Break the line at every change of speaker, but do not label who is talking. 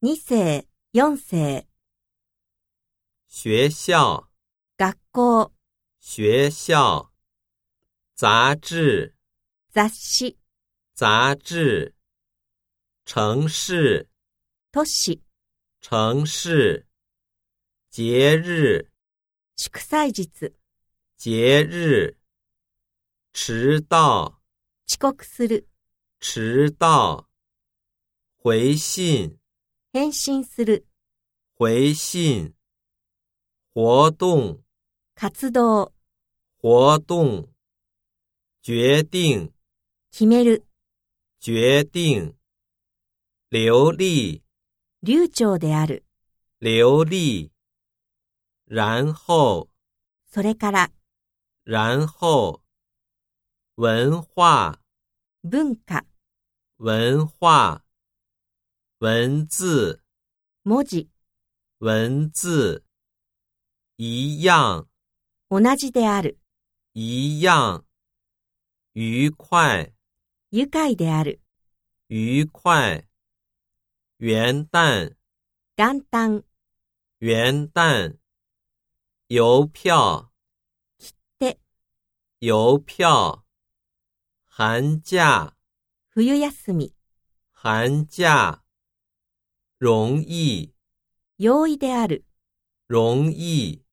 二世、四世、
学校、
学校、
学校。杂志、
雑誌、
杂志。城市、
都市、
城市。节日、
祝祭日、
节日。迟到，
遅刻する、
迟到。回信，
返信する、
回信。活动，
活動、
活动。决定，
決める、
决定。流利，
流暢である、
流利。然后，
それから、
然后。文化，
文化、
文化。文字，
文字、
文字。一样，
同じである、
一样。愉快，
愉快である、
愉快。元旦，
元旦、
元旦。邮票，
手、
邮票。寒假，
冬休み、
寒假。容易，
容易である、
容易。